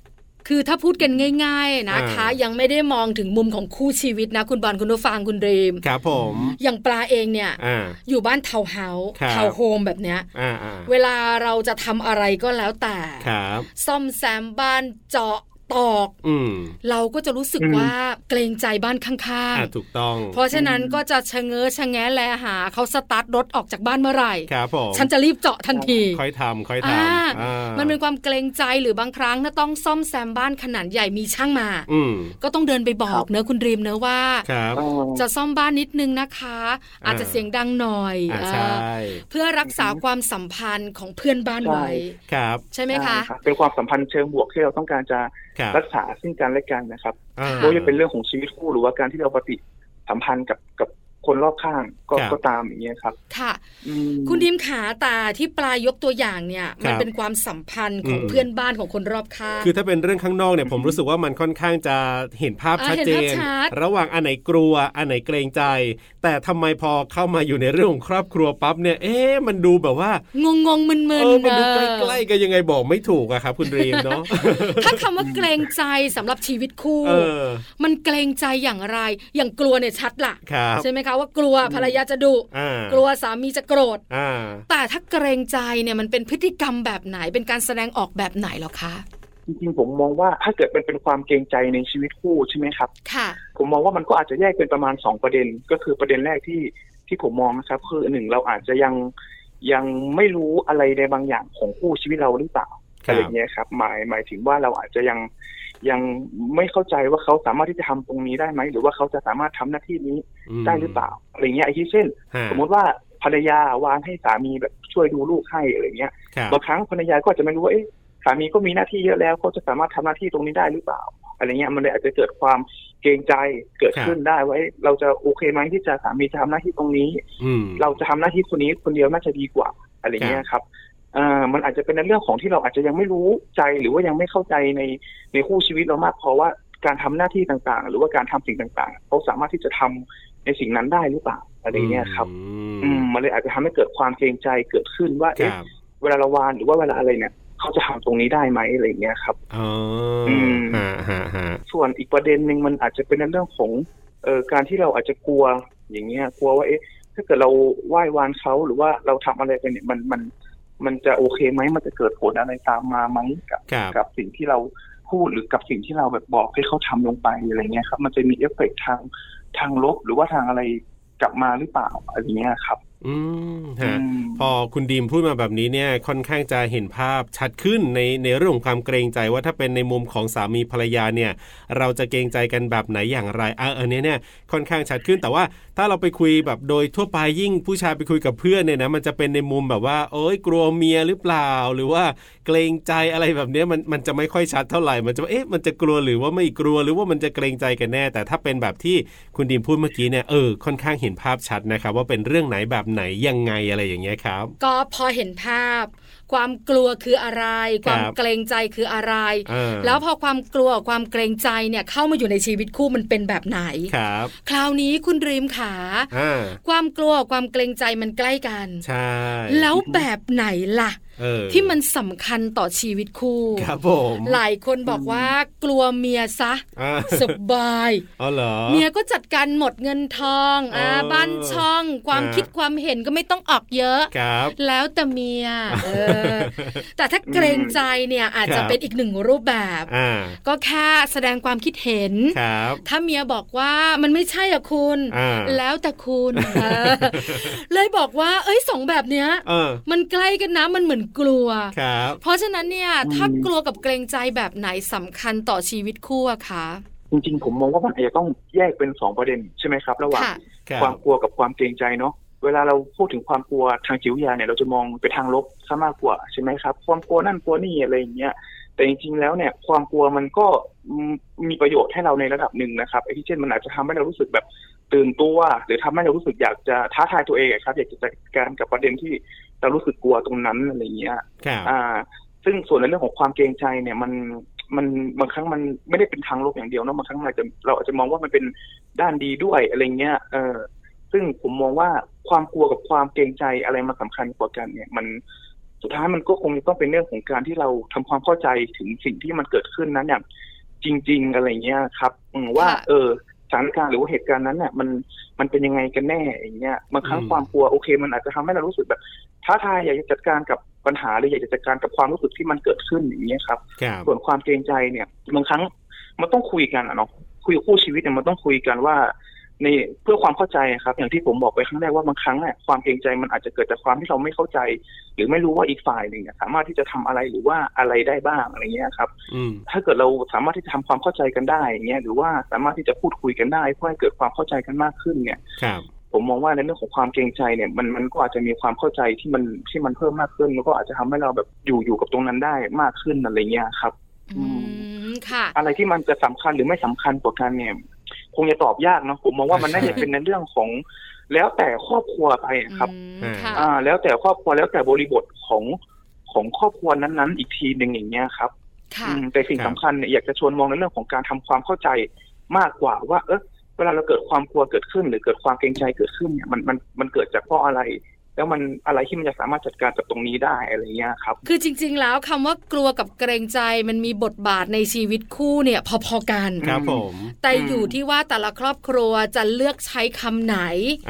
Speaker 1: คือถ้าพูดกันง่าย ๆนะคะ
Speaker 2: อ่ายั
Speaker 1: ยังไม่ได้มองถึงมุมของคู่ชีวิตนะคุณบอลคุณนุฟังคุณเดรม
Speaker 2: ครับผม
Speaker 1: อย่างปลาเองเนี่ย
Speaker 2: อ่า
Speaker 1: อยู่บ้านเทาวน์เฮาส์
Speaker 2: ครับ
Speaker 1: เทาวน์โฮมแบบเนี้ย
Speaker 2: อ่าอ่า
Speaker 1: เวลาเราจะทำอะไรก็แล้วแต่
Speaker 2: ครับ
Speaker 1: ซ่อมแซมบ้านเจาะตอก
Speaker 2: อืม
Speaker 1: เราก็จะรู้สึก
Speaker 5: อืม
Speaker 1: ว่าเกรงใจบ้านข้าง
Speaker 2: อ่าถูกต้อง
Speaker 1: ๆ เพราะฉะนั้นก็จะชะเง้อชะแงะแลหาเขาสตาร์ทรถออกจากบ้านเมื่อไหร่
Speaker 2: ครับผม
Speaker 1: ฉันจะรีบเจาะทันที
Speaker 2: ค่อยทำค่อยท
Speaker 1: อ่า
Speaker 2: ำอ่า
Speaker 1: มันเป็นความเกรงใจหรือบางครั้งถ้าต้องซ่อมแซมบ้านขนาดใหญ่มีช่างมา
Speaker 2: อืม
Speaker 1: ก็ต้องเดินไปบอกเนอะคุณดรีมเนอะว่า
Speaker 2: ครับ
Speaker 5: เอ่อ
Speaker 1: จะซ่อมบ้านนิดนึงนะคะ อาจจะเสียงดังหน่อย
Speaker 2: อ่า
Speaker 1: เออ
Speaker 2: ใช่
Speaker 1: เพื่อรักษาความสัมพันธ์ของเพื่อนบ้าน
Speaker 5: ใช่
Speaker 1: ไว้
Speaker 2: ครับ
Speaker 1: ใช่ไหมคะ
Speaker 5: ใช่รับเป็นความสัมพันธ์เชิงบวกที่เราต้องการจะ
Speaker 2: ครับ
Speaker 5: รักษาซึ่งกันและกันนะครับ
Speaker 2: อ่า
Speaker 5: ไม่ว่าจะเป็นเรื่องของชีวิตคู่หรือว่าการที่เราปฏิสัมพันธ์กับกับคนรอบข้างก็
Speaker 2: ครับ
Speaker 5: ก็ตามอย่างเงี้ยครับ
Speaker 1: ค่ะ
Speaker 5: อืม
Speaker 1: คุณดิมขาตาที่ปลายยกตัวอย่างเนี่ย
Speaker 2: ครั
Speaker 1: มั
Speaker 2: บ
Speaker 1: นเป็นความสัมพันธ์ของ
Speaker 2: อืม
Speaker 1: เพื่อนบ้านของคนรอบข้าง
Speaker 2: คือถ้าเป็นเรื่องข้างนอกเนี่ยผมรู้สึกว่ามันค่อนข้างจะเห็นภาพ
Speaker 1: อ่า
Speaker 2: ชัดเจ
Speaker 1: เห็นภา
Speaker 2: น
Speaker 1: พชัด
Speaker 2: ระหว่างอันไหนกลัว อันไหนเกรงใจ แต่ทำไมพอเข้ามาอยู่ในเรื่องของครอบครัวปั๊บเนี่ยเอ๊ะมันดูแบบว่าง
Speaker 1: งงๆมึนๆ
Speaker 2: เออมันดูใ
Speaker 1: เออก
Speaker 2: ล้ๆกันยังไงบอกไม่ถูกอะครับคุณดรีมเนาะ
Speaker 1: ถ้าคำว่าเกรงใจสำหรับชีวิตคู่
Speaker 2: เออ
Speaker 1: มันเกรงใจอย่างไร อย่างกลัวเนี่ยชัดละ
Speaker 2: ครับ
Speaker 1: ใช่ไหมคะว่ากลัวภรรยาจะดุ
Speaker 2: อ่าก
Speaker 1: ลัวสามีจะโกรธ
Speaker 2: อ่า
Speaker 1: แต่ถ้าเกรงใจเนี่ยมันเป็นพฤติกรรมแบบไหนเป็นการแสดงออกแบบไหนเหรอคะ
Speaker 5: จริงๆผมมองว่าถ้าเกิดมันเป็นความเกรงใจในชีวิตคู่ใช่ไหมครับ
Speaker 1: ค่ะ
Speaker 5: ผมมองว่ามันก็อาจจะแยกเป็นประมาณสองประเด็น ก็คือประเด็นแรกที่ที่ผมมองนะครับ คือหนึ่งเราอาจจะยังยังไม่รู้อะไรในบางอย่างของคู่ชีวิตเราหรือเปล่า
Speaker 2: ครับ
Speaker 5: อะไรอย่างเงี้ยครับ หมายหมายถึงว่าเราอาจจะยังยังไม่เข้าใจว่าเขาสามารถที่จะทำตรงนี้ได้ไหมหรือว่าเขาจะสามารถทำหน้าที่นี้ได้หรือเปล่าอะไรเงี้ยไอ้ที่เช่น
Speaker 2: ฮะ
Speaker 5: สมมติว่าภรรยาวางให้สามีแบบช่วยดูลูกให้อะไรเงี้ย
Speaker 2: ครับ
Speaker 5: บางครั้งภรรยาก็อาจจะไม่รู้ว่าเอ๊ะสามีก็มีหน้าที่เยอะแล้วเขาจะสามารถทำหน้าที่ตรงนี้ได้หรือเปล่าอะไรเงี้ยมันเลยอาจจะเกิดความเกรงใจเกิดขึ้นได้ว่าเอ๊ะเราจะโอเคไหมที่จะสามีจะทำหน้าที่ตรงนี้
Speaker 2: อืม
Speaker 5: เราจะทำหน้าที่คนนี้คนเดียวน่าจะดีกว่าอะไรเงี้ยครับเอ่อมันอาจจะเป็นในเรื่องของที่เราอาจจะยังไม่รู้ใจหรือว่ายังไม่เข้าใจในในคู่ชีวิตเรามากพอว่าการทำหน้าที่ต่างๆ หรือว่าการทำสิ่งต่างๆเขาสามารถที่จะทำในสิ่งนั้นได้หรือเปล่าอะไรเงี้ยครับ อืมมันเลยอาจจะทำให้เกิดความเกรงใจเกิดขึ้นว่า
Speaker 2: ค
Speaker 5: เอ๊ะ
Speaker 2: รับ
Speaker 5: เวลาเราวานหรือว่าเวลาอะไรเนี่ยเขาจะทำตรงนี้ได้ไหมอะไรอย่างเงี้ยครับ
Speaker 2: อ๋ออ
Speaker 5: ม
Speaker 2: ฮะฮะฮะ
Speaker 5: ส่วนอีกประเด็นหนึ่งมันอาจจะเป็นในเรื่องของเอ่อการที่เราอาจจะกลัวอย่างเงี้ยกลัวว่าเอ๊ะถ้าเกิดเราไหว้วานเขาหรือว่าเราทำอะไรไปเนี่ยมันมันมันจะโอเคไหมมันจะเกิดผลอะไรตามมาไหมกับ
Speaker 2: ครับ
Speaker 5: กับสิ่งที่เราพูดหรือกับสิ่งที่เราแบบบอกให้เขาทำลงไปอะไรเงี้ยครับ มันจะมีเอฟเฟกต์ทางทางลบหรือว่าทางอะไรกลับมาหรือเปล่าอะไรเงี้ยครับ
Speaker 2: อืมฮะ
Speaker 5: อืม
Speaker 2: พอคุณดีมพูดมาแบบนี้เนี่ยค่อนข้างจะเห็นภาพชัดขึ้นในในเรื่องของความเกรงใจว่าถ้าเป็นในมุมของสามีภรรยาเนี่ย เราจะเกรงใจกันแบบไหนอย่างไรอ่ะอันเนี้ยเนี่ยค่อนข้างชัดขึ้น แต่ว่าถ้าเราไปคุยแบบโดยทั่วไปยิ่งผู้ชายไปคุยกับเพื่อนเนี่ยนะมันจะเป็นในมุมแบบว่าเอ้ยกลัวเมียหรือเปล่า หรือว่าเกรงใจอะไรแบบเนี้ยมันมันจะไม่ค่อยชัดเท่าไหร่มันจะเอ๊ะมันจะกลัวหรือว่าไม่กลัวหรือว่ามันจะเกรงใจกันแน่ แต่ถ้าเป็นแบบที่คุณดีมพูดเมื่อกี้เนี่ยเออค่อนข้างเห็นภาพชัดนะครับว่าเป็นเรื่องไหนแบบไหนยังไงอะไรอย่างเงี้ยครับ
Speaker 1: ก็พอเห็นภาพ ความกลัวคืออะไร ความ
Speaker 2: ครับ
Speaker 1: เกรงใจคืออะไร
Speaker 2: เออ
Speaker 1: แล้วพอความกลัวความเกรงใจเนี่ยเข้ามาอยู่ในชีวิตคู่มันเป็นแบบไหน
Speaker 2: ครับ
Speaker 1: คราวนี้คุณดรีมขา
Speaker 2: อ่า
Speaker 1: ความกลัวความเกรงใจมันใกล้กัน
Speaker 2: ใช่
Speaker 1: แล้วแบบไหนล่ะ
Speaker 2: เออ
Speaker 1: ที่มันสำคัญต่อชีวิตคู่
Speaker 2: ครับผม
Speaker 1: หลายคนบอกว่ากลัวเมียซะ
Speaker 2: อ่า
Speaker 1: สบาย
Speaker 2: อ๋อเหรอ
Speaker 1: เมียก็จัดการหมดเงินทอง
Speaker 2: อ๋อ
Speaker 1: า
Speaker 2: อ่
Speaker 1: บ้านช่อง ความ
Speaker 2: อ่า
Speaker 1: คิดความเห็นก็ไม่ต้องออกเยอะ
Speaker 2: ครับ
Speaker 1: แล้วแต่เมีย
Speaker 2: [laughs]
Speaker 1: เออ แต่ถ้าเกรงใจเนี่ยอาจจะ
Speaker 2: ครับ
Speaker 1: เป็นอีกหนึ่งรูปแบบ
Speaker 2: อ่า
Speaker 1: ก็แค่แสดงความคิดเห็น
Speaker 2: ครับ
Speaker 1: ถ้าเมียบอกว่ามันไม่ใช่อะคุณ
Speaker 2: อ่า
Speaker 1: แล้วแต่
Speaker 2: [laughs]
Speaker 1: คุณเออเลยบอกว่า เอ้ยสองแบบเนี้ย
Speaker 2: เออ
Speaker 1: มันใกล้กันนะมันเหมือนกลัว
Speaker 2: ครับ
Speaker 1: เพราะฉะนั้นเนี่ย
Speaker 5: อืม
Speaker 1: ถ้ากลัวกับเกรงใจแบบไหนสำคัญต่อชีวิตคู่อะคะ
Speaker 5: จริงๆผมมองว่ามันอาจจะต้องแยกเป็นสองประเด็นใช่ไหมครับ ระหว่าง
Speaker 1: ค่ะ
Speaker 2: ครับ
Speaker 5: ความกลัวกับความเกรงใจเนาะเวลาเราพูดถึงความกลัวทางจิตวิทยาเนี่ยเราจะมองไปทางลบซะมากกว่าใช่ไหมครับ ความกลัวนั่นกลัวนี่อะไรอย่างเงี้ย แต่จริงๆแล้วเนี่ย ความกลัวมันก็อืมมีประโยชน์ให้เราในระดับหนึ่งนะครับไอ้ที่เช่นมันอาจจะทำให้เรารู้สึกแบบตื่นตัว หรือทำให้เรารู้สึกอยากจะท้าทายตัวเองอะครับ อยากจะจัดการกับประเด็นที่เรารู้สึกกลัวตรงนั้นอะไรอย่างเงี้ย
Speaker 2: ครับ
Speaker 5: อ่า ซึ่งส่วนในเรื่องของความเกรงใจเนี่ยมันมันบางครั้งมันไม่ได้เป็นทางลบอย่างเดียวเนอะบางครั้งเราอาจจะเราอาจจะมองว่ามันเป็นด้านดีด้วยอะไรเงี้ยเออซึ่งผมมองว่าความกลัวกับความเกรงใจอะไรมาสำคัญกว่ากันเนี่ย มันสุดท้ายมันก็คงจะต้องเป็นเรื่องของการที่เราทำความเข้าใจถึงสิ่งที่มันเกิดขึ้นนั้นอย่างจริง ๆ อะไรเงี้ยครับอืมว่า
Speaker 1: ค่ะ
Speaker 5: เออสถานการณ์หรือว่าเหตุการณ์นั้นเนี่ยมันมันเป็นยังไงกันแน่อย่างเงี้ยบางครั้ง
Speaker 2: อืม
Speaker 5: ความกลัวโอเค มันอาจจะทำให้เรารู้สึกแบบ ท้าทายอยากจะจัดการกับปัญหาหรืออยากจะจัดการกับความรู้สึกที่มันเกิดขึ้นอย่างเงี้ยครับ
Speaker 2: ครับ
Speaker 5: ส่วนความเกรงใจเนี่ยบางครั้งมันต้องคุยกันอะเนาะคุยกับคู่ชีวิตเนี่ยมันต้องคุยกันว่าในเพื่อความเข้าใจอะครับ อย่างที่ผมบอกไปครั้งแรกว่าบางครั้งเนี่ยความเกรงใจมันอาจจะเกิดจากความที่เราไม่เข้าใจ หรือไม่รู้ว่าอีกฝ่ายหนึ่งเนี่ยสามารถที่จะทำอะไรหรือว่าอะไรได้บ้างอะไรเงี้ยครับ
Speaker 2: อืม
Speaker 5: ถ้าเกิดเราสามารถที่จะทำความเข้าใจกันได้อย่างเงี้ยหรือว่าสามารถที่จะพูดคุยกันได้เพื่อให้เกิดความเข้าใจกันมากขึ้นเนี่ย
Speaker 2: ครับ
Speaker 5: ผมมองว่าในเรื่องของความเกรงใจเนี่ยมันมันก็อาจจะมีความเข้าใจที่มันที่มันเพิ่มมากขึ้นแล้วก็อาจจะทำให้เราแบบอยู่อยู่กับตรงนั้นได้มากขึ้นอะไรเงี้ยครับ
Speaker 1: อืมค่ะ
Speaker 5: อะไรที่มันจะสำคัญหรือไม่สำคัญกว่ากันเนี่ย คงจะตอบยากเนาะผมมองว่ามันน่าจะเป็นในเรื่องของ แล้วแต่ครอบครัวไปอะครับ
Speaker 1: อืมค่ะ
Speaker 5: อ่า แล้วแต่ครอบครัวแล้วแต่บริบทของของครอบครัวนั้นๆ อีกทีหนึ่งอย่างเงี้ยครับ
Speaker 1: ค่ะ
Speaker 5: อืมแต่สิ่งสำคัญเนี่ยอยากจะชวนมองในเรื่องของการทำความเข้าใจมากกว่าว่า เออเวลาเราเกิดความกลัวเกิดขึ้น หรือเกิดความเกรงใจเกิดขึ้นเนี่ยมันมันมันเกิดจากเพราะอะไร แล้วมันอะไรที่มันจะสามารถจัดการกับตรงนี้ได้อะไรเงี้ยครับ
Speaker 1: คือจริง ๆ แล้วคำว่ากลัวกับเกรงใจมันมีบทบาทในชีวิตคู่เนี่ยพอๆกัน
Speaker 2: ครับผม
Speaker 1: แต่
Speaker 5: อืม
Speaker 1: อยู่ที่ว่าแต่ละครอบครัวจะเลือกใช้คำไหน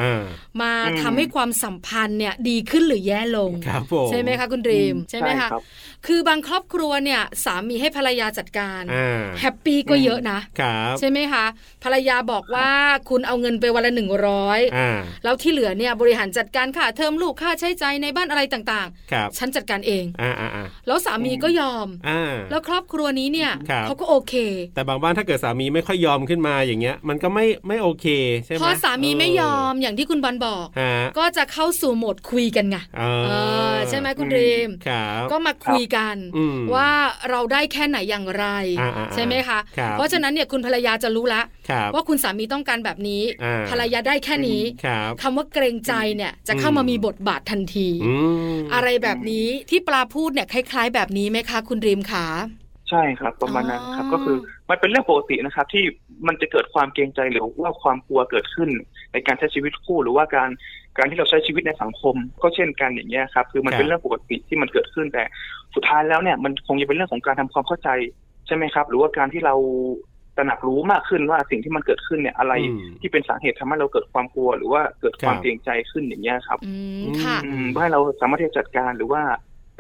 Speaker 2: อ่า
Speaker 1: มา
Speaker 5: อืม
Speaker 1: ทำให้ความสัมพันธ์เนี่ยดีขึ้นหรือแย่ลง
Speaker 2: ครับผม
Speaker 1: ใช่ไหมคะคุณดรีม ใช่ไหมคะ
Speaker 5: รับ
Speaker 1: คือบางครอบครัวเนี่ยสามีให้ภรรยาจัดการ
Speaker 2: อ่า
Speaker 1: แฮปปี้ก็
Speaker 5: อืม
Speaker 1: เยอะนะ
Speaker 2: ครับ
Speaker 1: ใช่ไหมคะ ภรรยาบอกว่าคุณเอาเงินไปวันละหนึ่งร้อย
Speaker 2: อ่า
Speaker 1: แล้วที่เหลือเนี่ยบริหารจัดการค่าเทอมลูกค่าใช้จ่ายในบ้านอะไรต่าง
Speaker 2: ครับ
Speaker 1: ๆ ฉันจัดการเอง
Speaker 2: อ่าอ่าอ่า
Speaker 1: แล้วสามีก็ยอม
Speaker 2: อ่า
Speaker 1: แล้วครอบครัวนี้เนี่ย
Speaker 2: ครับ
Speaker 1: เขาก็โอเค
Speaker 2: แต่บางบ้านถ้าเกิดสามีไม่ค่อยยอมขึ้นมาอย่างเงี้ย มันก็ไม่ไม่โอเคใช่ไหม
Speaker 1: เพราะสามีไม่ยอม
Speaker 2: เ
Speaker 1: อย่างที่คุณบอลบอก
Speaker 2: ฮะ
Speaker 1: ก็จะเข้าสู่โหมดคุยกันไง
Speaker 2: เอ
Speaker 1: เอ
Speaker 2: อ
Speaker 1: อใช่ไหมคุณ
Speaker 5: อืม
Speaker 1: ดรีม
Speaker 2: ครับ
Speaker 1: ก็มาคุยกัน
Speaker 2: อืม
Speaker 1: ว่าเราได้แค่ไหนอย่างไร
Speaker 2: อ่าอ่าอ่า
Speaker 1: ใช่ไหมคะ
Speaker 2: ครับ
Speaker 1: เพราะฉะนั้นเนี่ยคุณภรรยาจะรู้ละ
Speaker 2: ครับ
Speaker 1: ว่าคุณสามีต้องการแบบนี้
Speaker 2: อ่า
Speaker 1: ภรรยาได้แค่นี้
Speaker 2: ครับ
Speaker 1: คำว่าเกรงใจเนี่ยจะเข้ามา
Speaker 2: อืม
Speaker 1: มีบทบาททันที
Speaker 2: อืม
Speaker 1: อะไรแบบนี้ที่ปลาพูดเนี่ยคล้าย ๆ แบบนี้ไหมคะคุณดรีมขา
Speaker 5: ใช่ครับ ประมาณนั้นครับ
Speaker 1: อ๋อ
Speaker 5: ก็คือมันเป็นเรื่องปกตินะครับ ที่มันจะเกิดความเกรงใจหรือว่าความกลัวเกิดขึ้น ในการใช้ชีวิตคู่หรือว่าการการที่เราใช้ชีวิตในสังคม ก็เช่นกันอย่างเงี้ยครับ คือมั
Speaker 2: ค
Speaker 5: น
Speaker 2: รับ
Speaker 5: เป็นเรื่องปกติที่มันเกิดขึ้นแต่สุดท้ายแล้วเนี่ยมันคงจะเป็นเรื่องของการทำความเข้าใจใช่ไหมครับ หรือว่าการที่เราตระหนักรู้มากขึ้นว่าสิ่งที่มันเกิดขึ้นเนี่ยอะไร
Speaker 2: อืม
Speaker 5: ที่เป็นสาเหตุทำให้เราเกิดความกลัว หรือว่าเกิดความ
Speaker 2: ครับ
Speaker 5: เกรงใจขึ้นอย่างเงี้ยครับ
Speaker 1: อืม
Speaker 2: อืม
Speaker 1: ค่ะ
Speaker 5: อืมเพื่อให้เราสามารถที่จะจัดการหรือว่า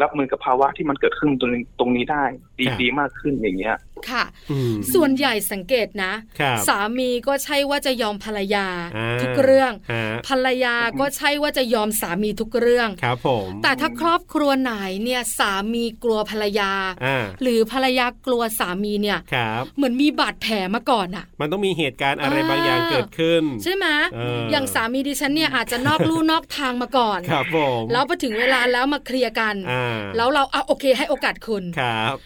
Speaker 5: รับมือกับภาวะที่มันเกิดขึ้นตรงนี้ตรงนี้ได้ ดี
Speaker 2: ครับ
Speaker 5: ดีมากขึ้นอย่างเงี้ย
Speaker 1: ค่ะ
Speaker 2: อืม
Speaker 1: ส่วนใหญ่สังเกตนะ
Speaker 2: ครับ
Speaker 1: สามีก็ใช่ว่าจะยอมภรรยา
Speaker 2: อ่า
Speaker 1: ทุกเรื่อง
Speaker 2: ฮะ
Speaker 1: ภรรยาก็ใช่ว่าจะยอมสามีทุกเรื่อง
Speaker 2: ครับผม
Speaker 1: แต่ถ้าครอบครัวไหนเนี่ยสามีกลัวภรรยา
Speaker 2: อ่า
Speaker 1: หรือภรรยากลัวสามีเนี่ย
Speaker 2: ครับ
Speaker 1: เหมือนมีบาดแผลมาก่อนอะ
Speaker 2: มันต้องมีเหตุการณ์อะไร
Speaker 1: อ่า
Speaker 2: บางอย่างเกิดขึ้น
Speaker 1: ใช่ไหม
Speaker 2: เอออ
Speaker 1: ย่างสามีดิฉันเนี่ยอาจจะนอกลู่ นอกทางมาก่อน
Speaker 2: ครับผม
Speaker 1: แล้วพอถึงเวลาแล้วมาเคลียร์กัน
Speaker 2: อ่า
Speaker 1: แล้วเราเอาโอเคให้โอกาสคุณ
Speaker 2: ครับ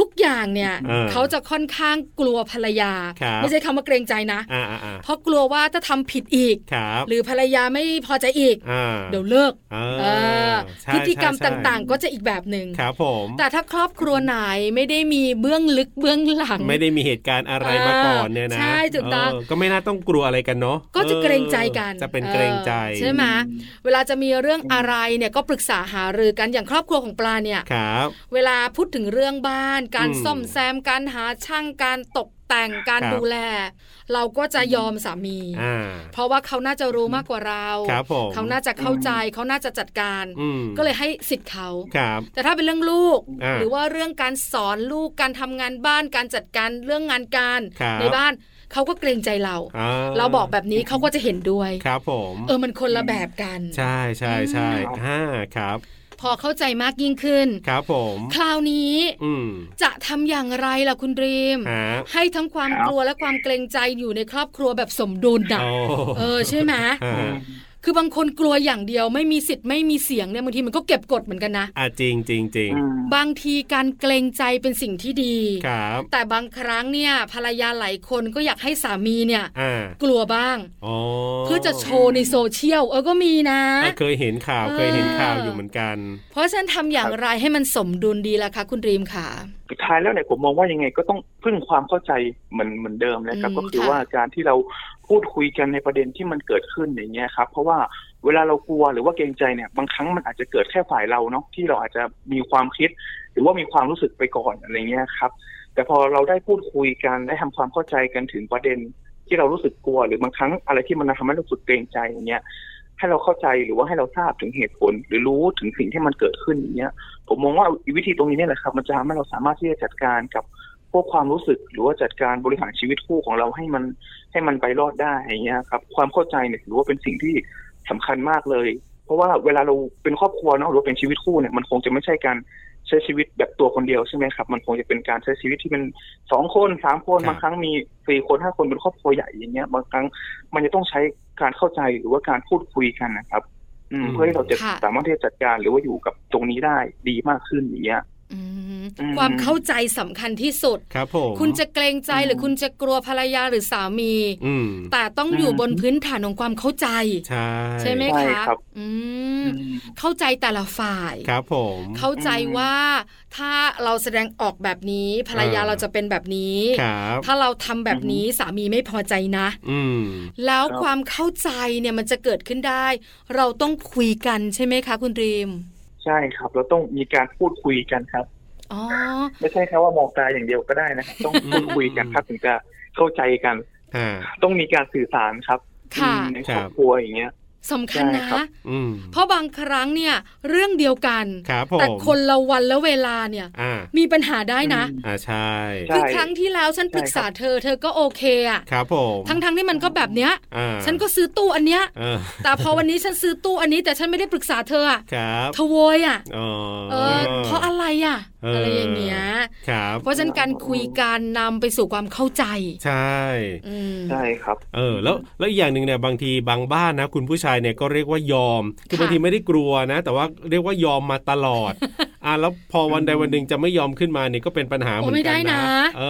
Speaker 1: ทุกอย่างเนี่ย
Speaker 2: เออ
Speaker 1: เขาจะค่อนข้างกลัวภรรยา
Speaker 2: ครับ
Speaker 1: ไม่ใช่คำว่าเกรงใจนะ
Speaker 2: อ่าอ่าอ่า
Speaker 1: เพราะกลัวว่าถ้าทำผิดอีก
Speaker 2: ครับ
Speaker 1: หรือภรรยาไม่พอใจอีก
Speaker 2: อ่า
Speaker 1: เดี๋ยวเลิก
Speaker 2: เอ
Speaker 1: เออ
Speaker 2: อใช่
Speaker 1: พฤติกรรม
Speaker 2: ใช่ใช่
Speaker 1: ต่างๆ ก็จะอีกแบบหนึ่ง
Speaker 2: ครับผม
Speaker 1: แต่ถ้าครอบครัวไหนไม่ได้มีเบื้องลึกเบื้องหลัง
Speaker 2: ไม่ได้มีเหตุการณ์อะไร
Speaker 1: อ่าม
Speaker 2: มาก่อนเนี่ยนะ
Speaker 1: ใช่ถูกต้อง
Speaker 2: เก็ไม่น่าต้องกลัวอะไรกันเนาะ
Speaker 1: ก็จะเกรงใจกัน
Speaker 2: จะเป็นเกรงใจ
Speaker 1: ออใช่ไหมเวลาจะมีเรื่องอะไรเนี่ยก็ปรึกษาหารือกันอย่างครอบครัวของปลาเนี่ย
Speaker 2: ครับ
Speaker 1: เวลาพูดถึงเรื่องบ้าน การ
Speaker 2: อืม
Speaker 1: ซ่อมแซมการหาช่างการตกแต่งการ
Speaker 2: ครับ
Speaker 1: ดูแล เราก็จะยอมสามี
Speaker 2: อ่า
Speaker 1: เพราะว่าเขาน่าจะรู้มากกว่าเรา
Speaker 2: ครับผม
Speaker 1: เขาน่าจะเข้าใจเขาน่าจะจัดการ
Speaker 2: อืม
Speaker 1: ก็เลยให้สิทธิ์เขา
Speaker 2: ครับ
Speaker 1: แต่ถ้าเป็นเรื่องลูก
Speaker 2: อ่า
Speaker 1: หรือว่าเรื่องการสอนลูกการทำงานบ้านการจัดการเรื่องงานการ
Speaker 2: ครับ
Speaker 1: ในบ้านเขาก็เกรงใจเรา
Speaker 2: อ่
Speaker 1: เราบอกแบบนี้เขาก็จะเห็นด้วย
Speaker 2: ครับผม
Speaker 1: เออมันคนละแบบกัน
Speaker 2: ใช่ใช่ใช่
Speaker 5: อืม
Speaker 2: อ่าครับ
Speaker 1: พอเข้าใจมากยิ่งขึ้น
Speaker 2: ครับผม
Speaker 1: คราวนี้
Speaker 2: อืม
Speaker 1: จะทำอย่างไรล่ะคุณดรีม
Speaker 2: ฮะ
Speaker 1: ให้ทั้งความกลัวและความเกรงใจอยู่ในครอบครัวแบบสมดุลนะ
Speaker 2: โอ้
Speaker 1: เออใช่ไหม
Speaker 2: อ่า
Speaker 1: คือบางคนกลัวอย่างเดียวไม่มีสิทธิ์ไม่มีเสียงเนี่ยบางทีมันก็เก็บกดเหมือนกันนะ
Speaker 2: อ่ะจริงจริงจริง
Speaker 5: อืม
Speaker 1: บางทีการเกรงใจเป็นสิ่งที่ดี
Speaker 2: ครับ
Speaker 1: แต่บางครั้งเนี่ยภรรยาหลายคนก็อยากให้สามีเนี่ย
Speaker 2: อ่าก
Speaker 1: ลัวบ้าง
Speaker 2: อ๋อ
Speaker 1: เพื่อจะโชว์ในโซเชียลเออก็มีนะ
Speaker 2: อ่ะเคยเห็นข่าว
Speaker 1: เออ
Speaker 2: เคยเห็นข่าวอยู่เหมือนกัน
Speaker 1: เพราะฉะนั้นทำอย่างไรให้มันสมดุลดีล่ะคะคุณรีมค่ะ
Speaker 5: สุดท้ายแล้วเนี่ยผมมองว่ายังไงก็ต้องพึ่งความเข้าใจเหมือนเหมือนเดิมเลยครับ
Speaker 1: อืม
Speaker 5: ก็คือ
Speaker 1: ค่ะ
Speaker 5: ว่าการที่เราพูดคุยกันในประเด็นที่มันเกิดขึ้นอย่างเงี้ยครับเพราะว่าเวลาเรากลัวหรือว่าเกรงใจเนี่ยบางครั้งมันอาจจะเกิดแค่ฝ่ายเราเนาะที่เราอาจจะมีความคิด หรือว่ามีความรู้สึกไปก่อนอะไรเงี้ยครับ แต่พอเราได้พูดคุยกันได้ทำความเข้าใจกันถึงประเด็น ที่เรารู้สึกกลัว หรือบางครั้งอะไรที่มันทำให้เรารู้สึกเกรงใจอย่างเงี้ยให้เราเข้าใจหรือว่าให้เราทราบถึงเหตุผล หรือรู้ถึงสิ่งที่มันเกิดขึ้นอย่างเงี้ย ผมมองว่าวิธีตรงนี้เนี่ยแหละครับ มันจะทำให้เราสามารถที่จะจัดการกับพวกความรู้สึก หรือว่าจัดการบริหารชีวิตคู่ของเราให้มันให้มันไปรอดได้อย่างเงี้ยครับ ความเข้าใจเนี่ยถือว่าเป็นสิ่งที่สำคัญมากเลย เพราะว่าเวลาเราเป็นครอบครัวเนาะหรือว่าเป็นชีวิตคู่เนี่ยมันคงจะไม่ใช่การใช้ชีวิตแบบตัวคนเดียวใช่ไหมครับ มันคงจะเป็นการใช้ชีวิตที่เป็นสองคนสามคน
Speaker 2: ครับ
Speaker 5: บางครั้งมีสี่คนห้าคนเป็นครอบครัวใหญ่อย่างเงี้ยบางครั้งมันจะต้องใช้การเข้าใจหรือว่าการพูดคุยกันนะครับ อืมเพื่อให้เราจะ
Speaker 1: ค่ะ
Speaker 5: สามารถที่จะจัดการหรือว่าอยู่กับตรงนี้ได้ดีมากขึ้นอย่างเงี้ย
Speaker 1: อืม
Speaker 5: อืม
Speaker 1: ความเข้าใจสำคัญที่สุด
Speaker 2: ครับผม
Speaker 1: คุณจะเกรงใจ
Speaker 5: อืม
Speaker 1: หรือคุณจะกลัวภรรยาหรือสามี
Speaker 2: อืม
Speaker 1: แต่ต้องอยู่
Speaker 5: อืม
Speaker 1: บนพื้นฐานของความเข้าใจ
Speaker 2: ใช่
Speaker 1: ใช่ไหม
Speaker 5: ใช่
Speaker 1: คะ
Speaker 5: ครับ
Speaker 1: อืมเข้าใจแต่ละฝ่าย
Speaker 2: ครับผม
Speaker 1: เข้าใจ
Speaker 5: อืม
Speaker 1: ว่าถ้าเราแสดงออกแบบนี้ ภรรยา
Speaker 2: อ่า
Speaker 1: เราจะเป็นแบบนี้
Speaker 2: ครับ
Speaker 1: ถ้าเราทำแบบนี้สามีไม่พอใจนะ
Speaker 2: อืม
Speaker 1: แล้ว
Speaker 5: ครับ
Speaker 1: ความเข้าใจเนี่ยมันจะเกิดขึ้นได้ เราต้องคุยกันใช่ไหมคะ คุณดรีม
Speaker 5: ใช่ครับ เราต้องมีการพูดคุยกันครับ
Speaker 1: อ๋อ
Speaker 5: ไม่ใช่แค่ว่ามองตาอย่างเดียวก็ได้
Speaker 1: [laughs]
Speaker 5: นะครับต้องพูดคุยกันครับถึงจะเข้าใจกัน
Speaker 2: อ่า
Speaker 5: ต้องมีการสื่อสารครับ
Speaker 1: ค่ะ
Speaker 5: อืมในครอ
Speaker 2: ค
Speaker 5: บ
Speaker 2: รับ
Speaker 5: ครัวอย่างเงี้ย
Speaker 1: สำคัญ
Speaker 5: ใช่
Speaker 1: นะ
Speaker 5: ครับ
Speaker 2: อืม
Speaker 1: เพราะบางครั้งเนี่ยเรื่องเดียวกัน
Speaker 2: ครับผม
Speaker 1: แต่คนละวันและเวลาเนี่ย
Speaker 2: อ่า
Speaker 1: มีปัญหาได้นะ
Speaker 5: อืม
Speaker 2: อ่าใช่
Speaker 5: ใช่
Speaker 1: คือครั้งที่แล้วฉันปรึกษาเธอ เธอก็โอเคอะ
Speaker 2: ครับผม
Speaker 1: ทั้งๆที่มันก็แบบเนี้ย
Speaker 2: อ่า
Speaker 1: ฉันก็ซื้อตู้อันเนี้ย
Speaker 2: เออ
Speaker 1: แต่พอวันนี้ฉันซื้อตู้อันนี้แต่ฉันไม่ได้ปรึกษาเธออะ
Speaker 2: ครับ
Speaker 1: เธอโวยอะ
Speaker 2: อ๋อ
Speaker 1: เออเพราะอะไรอะอะไรอย่างเงี้ย
Speaker 2: ครับ
Speaker 1: เพราะฉะนั้นการคุยกันนำไปสู่ความเข้าใจ
Speaker 2: ใช่
Speaker 1: อืม
Speaker 5: ใช่ครับ
Speaker 2: เออแล้วแล้วอีกอย่างหนึ่งเนี่ยบางทีบางบ้านนะ คุณผู้ชายเนี่ยก็เรียกว่ายอม คือ
Speaker 1: ค่ะ
Speaker 2: บางทีไม่ได้กลัวนะ แต่ว่าเรียกว่ายอมมาตลอ
Speaker 1: [laughs]
Speaker 2: ด อ่าแล้วพอวันใดวันหนึ่งจะไม่ยอมขึ้นมาเนี่ยก็เป็นปัญหาเหมือน
Speaker 1: ไม่
Speaker 2: กั
Speaker 1: ได้
Speaker 2: นนะ
Speaker 1: นะ
Speaker 2: เอ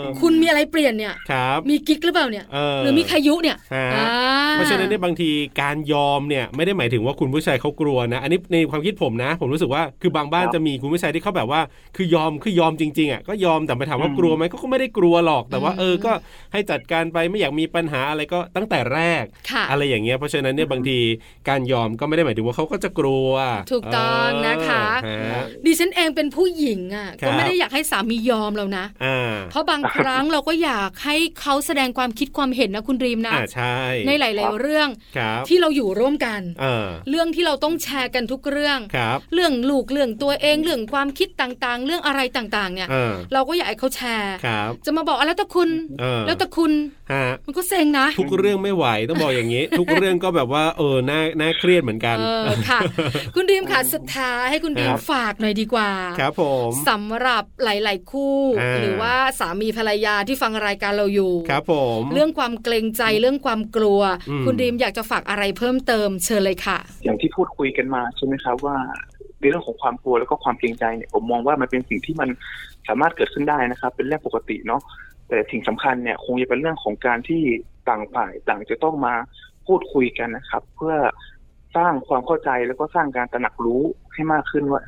Speaker 2: อ
Speaker 1: คุณมีอะไรเปลี่ยนเนี่ย
Speaker 2: ครับ
Speaker 1: มีกิ๊กหรือเปล่าเนี่ย
Speaker 2: เออ
Speaker 1: หรือมีขายุเนี่ย
Speaker 2: ฮะ
Speaker 1: อ่า
Speaker 2: เพราะฉะนั้นเนี่ยบางทีการยอมเนี่ยไม่ได้หมายถึงว่าคุณผู้ชายเขากลัวนะ อันนี้ในความคิดผมนะ ผมรู้สึกว่าคือบางบ้าน
Speaker 5: ครับ
Speaker 2: จะมีคุณผู้ชายที่เขาแบบว่า คือยอมคือยอมจริงๆอ่ะก็ยอมแต่ไปถามว่า
Speaker 5: อืม
Speaker 2: กลัวไหมก็ก็ไม่ได้กลัวหรอกแต่ว่าเออก็ให้จัดการไปไม่อยากมีปัญหาอะไรก็ตั้งแต่แรก
Speaker 1: ค่ะ
Speaker 2: อะไรอย่างเงี้ยเพราะฉะนั้นเนี่ยบางทีการยอมก็ไม่ได้หมายถึงว่าเขาก็จะกลัว
Speaker 1: ถูกต้องนะคะ
Speaker 2: เออฮะ
Speaker 1: ดิฉันเองเป็นผู้หญิงอ่ะ
Speaker 2: ครั
Speaker 1: ก็
Speaker 2: บ
Speaker 1: ไม่ได้อยากให้สามียอมเรานะ
Speaker 2: อ่า
Speaker 1: เพราะบางครั้งเราก็อยากให้เขาแสดงความคิดความเห็นนะคุณรีมนะ
Speaker 2: อ่าใช่
Speaker 1: ในหลาย ๆ เรื่อง
Speaker 2: ครับ
Speaker 1: ที่เราอยู่ร่วมกัน
Speaker 2: เออ
Speaker 1: เรื่องที่เราต้องแชร์กันทุกเรื่อง
Speaker 2: ครับ
Speaker 1: เรื่องลูกเรื่องตัวเองเรื่องความคิดต่างๆ เรื่องอะไรต่างๆ เนี่ย
Speaker 2: เออ
Speaker 1: เราก็อยากให้เขาแชร์
Speaker 2: ครับ
Speaker 1: จะมาบอกอะแล้วแต่คุณ
Speaker 2: เออ
Speaker 1: แล้วแต่คุณ
Speaker 2: ฮะ
Speaker 1: มันก็เซ็งนะ
Speaker 2: ทุกเรื่องไม่ไหวต้องบอกอย่างนี้ ทุกเรื่องก็แบบว่าเออน่าน่าเครียดเหมือนกัน
Speaker 1: เออค่ะ คุณดีมค่ะสุดท้ายให้คุณดี
Speaker 2: ค
Speaker 1: ม
Speaker 2: รับ
Speaker 1: ฝากหน่อยดีกว่า
Speaker 2: ครับผม
Speaker 1: สำหรับหลาย ๆ คู่
Speaker 2: อ่า
Speaker 1: หรือว่าสามีภรรยาที่ฟังรายการเราอยู่
Speaker 2: ครับผม
Speaker 1: เรื่องความเกรงใจเรื่องความกลัว
Speaker 2: อืม
Speaker 1: คุณดีมอยากจะฝากอะไรเพิ่มเติมเชิญเลยค่ะ
Speaker 5: อย่างที่พูดคุยกันมาใช่ไหมครับว่าในเรื่องของความกลัวแล้วก็ความเกรงใจเนี่ยผมมองว่ามันเป็นสิ่งที่มันสามารถเกิดขึ้นได้นะครับ เป็นเรื่องปกติเนาะแต่สิ่งสำคัญเนี่ยคงจะเป็นเรื่องของการที่ต่างฝ่ายต่างจะต้องมาพูดคุยกันนะครับ เพื่อสร้างความเข้าใจแล้วก็สร้างการตระหนักรู้ให้มากขึ้นว่า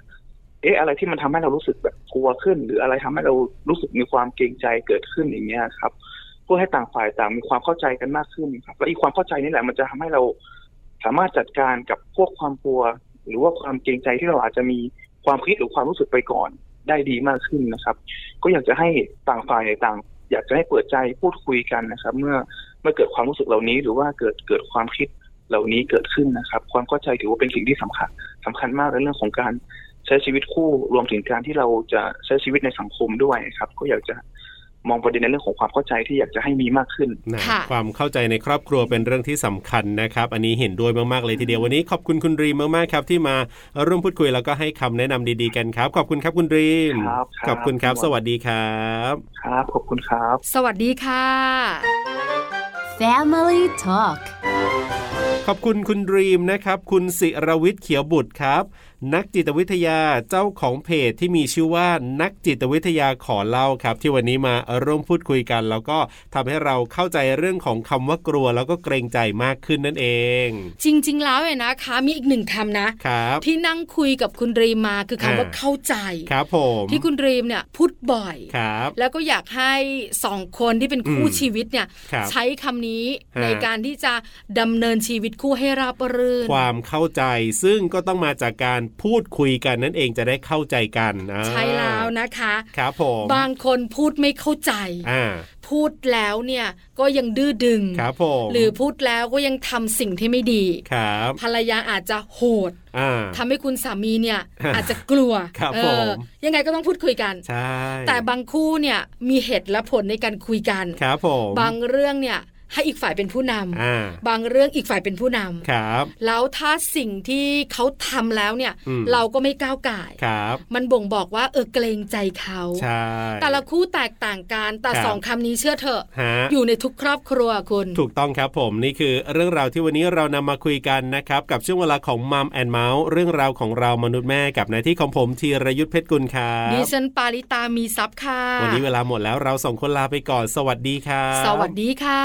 Speaker 5: เอ๊ะอะไรที่มันทำให้เรารู้สึกแบบกลัวขึ้น หรืออะไรทำให้เรารู้สึกมีความเกรงใจเกิดขึ้นอย่างเงี้ยครับ เพื่อให้ต่างฝ่ายต่างมีความเข้าใจกันมากขึ้นครับและอีกความเข้าใจนี่แหละมันจะทำให้เรา สามารถจัดการกับพวกความกลัว หรือว่าความเกรงใจที่เราอาจจะมีความคิดหรือความรู้สึกไปก่อนได้ดีมากขึ้นนะครับ ก็อยากจะให้ต่างฝ่ายต่าง อยากจะให้เปิดใจพูดคุยกันนะครับ เมื่อเมื่อเกิดความรู้สึกเหล่านี้ หรือว่าเกิดเกิดความคิดเหล่านี้เกิดขึ้นนะครับ ความเข้าใจถือว่าเป็นสิ่งที่สำคัญสำคัญมากในเรื่องของการใช้ชีวิตคู่รวมถึงการที่เราจะใช้ชีวิตในสังคมด้วยครับ ก็อยากจะมองประเด็นในเรื่องของความเข้าใจที่อยากจะให้มีมากขึ้น
Speaker 2: นะ
Speaker 1: ค่ะ
Speaker 2: ความเข้าใจในครอบครัวเป็นเรื่องที่สำคัญนะครับ อันนี้เห็นด้วยมาก ๆ เลยทีเดียววันนี้ขอบคุณคุณรีมมาก ๆ ครับ ที่มาร่วมพูดคุยแล้วก็ให้คำแนะนำดี ๆ กันครับ ขอบคุณครับคุณรีม
Speaker 5: ครับครับ
Speaker 2: ขอบคุณครับ สวัสดีครับ
Speaker 5: ครับขอบคุณครับ
Speaker 1: สวัสดีค่ะ
Speaker 4: Family Talk
Speaker 2: ขอบคุณคุณดีมนะครับ คุณศิรวิทย์เขียวบุตรครับ นักจิตวิทยาเจ้าของเพจที่มีชื่อว่านักจิตวิทยาขอเล่าครับ ที่วันนี้มาร่วมพูดคุยกัน แล้วก็ทำให้เราเข้าใจเรื่องของคำว่ากลัว แล้วก็เกรงใจมากขึ้นนั่นเอง
Speaker 1: จริง ๆ แล้วเนี่ยนะคะ มีอีกหนึ่งคำนะ
Speaker 2: ครับ
Speaker 1: ที่นั่งคุยกับคุณดรีมมาคือคำว่า
Speaker 2: อ่า
Speaker 1: เข้าใจ
Speaker 2: ครับผม
Speaker 1: ที่คุณดรีมเนี่ยพูดบ่อย
Speaker 2: ครับ
Speaker 1: แล้วก็อยากให้สองคนที่เป็นคู่
Speaker 2: อืม
Speaker 1: ชีวิตเนี่ย
Speaker 2: ครับ
Speaker 1: ใช้คำนี้
Speaker 2: ฮะ
Speaker 1: ในการที่จะดำเนินชีวิตคู่ให้ราบรื่น
Speaker 2: ความเข้าใจซึ่งก็ต้องมาจากการพูดคุยกันนั่นเองจะได้เข้าใจกันอ่า
Speaker 1: ใช่แล้วนะคะ
Speaker 2: ครับผม
Speaker 1: บางคนพูดไม่เข้าใจ
Speaker 2: อ่า
Speaker 1: พูดแล้วเนี่ยก็ยังดื้อดึง
Speaker 2: ครับผม
Speaker 1: หรือพูดแล้วก็ยังทำสิ่งที่ไม่ดี
Speaker 2: ครับ
Speaker 1: ภรรยาอาจจะโหด
Speaker 2: อ่า
Speaker 1: ทำให้คุณสามีเนี่ย
Speaker 2: ฮะ
Speaker 1: อาจจะกลัว
Speaker 2: ครับ
Speaker 1: เอ
Speaker 2: ผ
Speaker 1: อ
Speaker 2: ม
Speaker 1: ยังไงก็ต้องพูดคุยกัน
Speaker 2: ใช่
Speaker 1: แต่บางคู่เนี่ยมีเหตุและผลในการคุยกัน
Speaker 2: ครับผม
Speaker 1: บางเรื่องเนี่ยให้อีกฝ่ายเป็นผู้นำ
Speaker 2: อ่า
Speaker 1: บางเรื่องอีกฝ่ายเป็นผู้นำ
Speaker 2: ครับ
Speaker 1: แล้วถ้าสิ่งที่เขาทำแล้วเนี่ย
Speaker 2: อืม
Speaker 1: เราก็ไม่ก้าวก่าย
Speaker 2: ครับ
Speaker 1: มันบ่งบอกว่าเออเกรงใจเขา
Speaker 2: ใช่
Speaker 1: แต่ละคู่แตกต่างกันแต่
Speaker 2: ครับ
Speaker 1: สองคำนี้เชื่อเถอะ
Speaker 2: ฮะ
Speaker 1: อยู่ในทุกครอบครัวคุณ
Speaker 2: ถูกต้องครับผมนี่คือเรื่องราวที่วันนี้เรานำมาคุยกันนะครับ กับช่วงเวลาของมัมแอนเมาส์เรื่องราวของเรามนุษย์แม่กับหน้าที่ของผมธีรยุทธเพชรกุลครั
Speaker 1: ดิ
Speaker 2: บ
Speaker 1: ฉันปาริตามีซับค่ะ
Speaker 2: วันนี้เวลาหมดแล้วเราส่งคนลาไปก่อน สวัสดีครับ
Speaker 1: สวัสดีค่ะ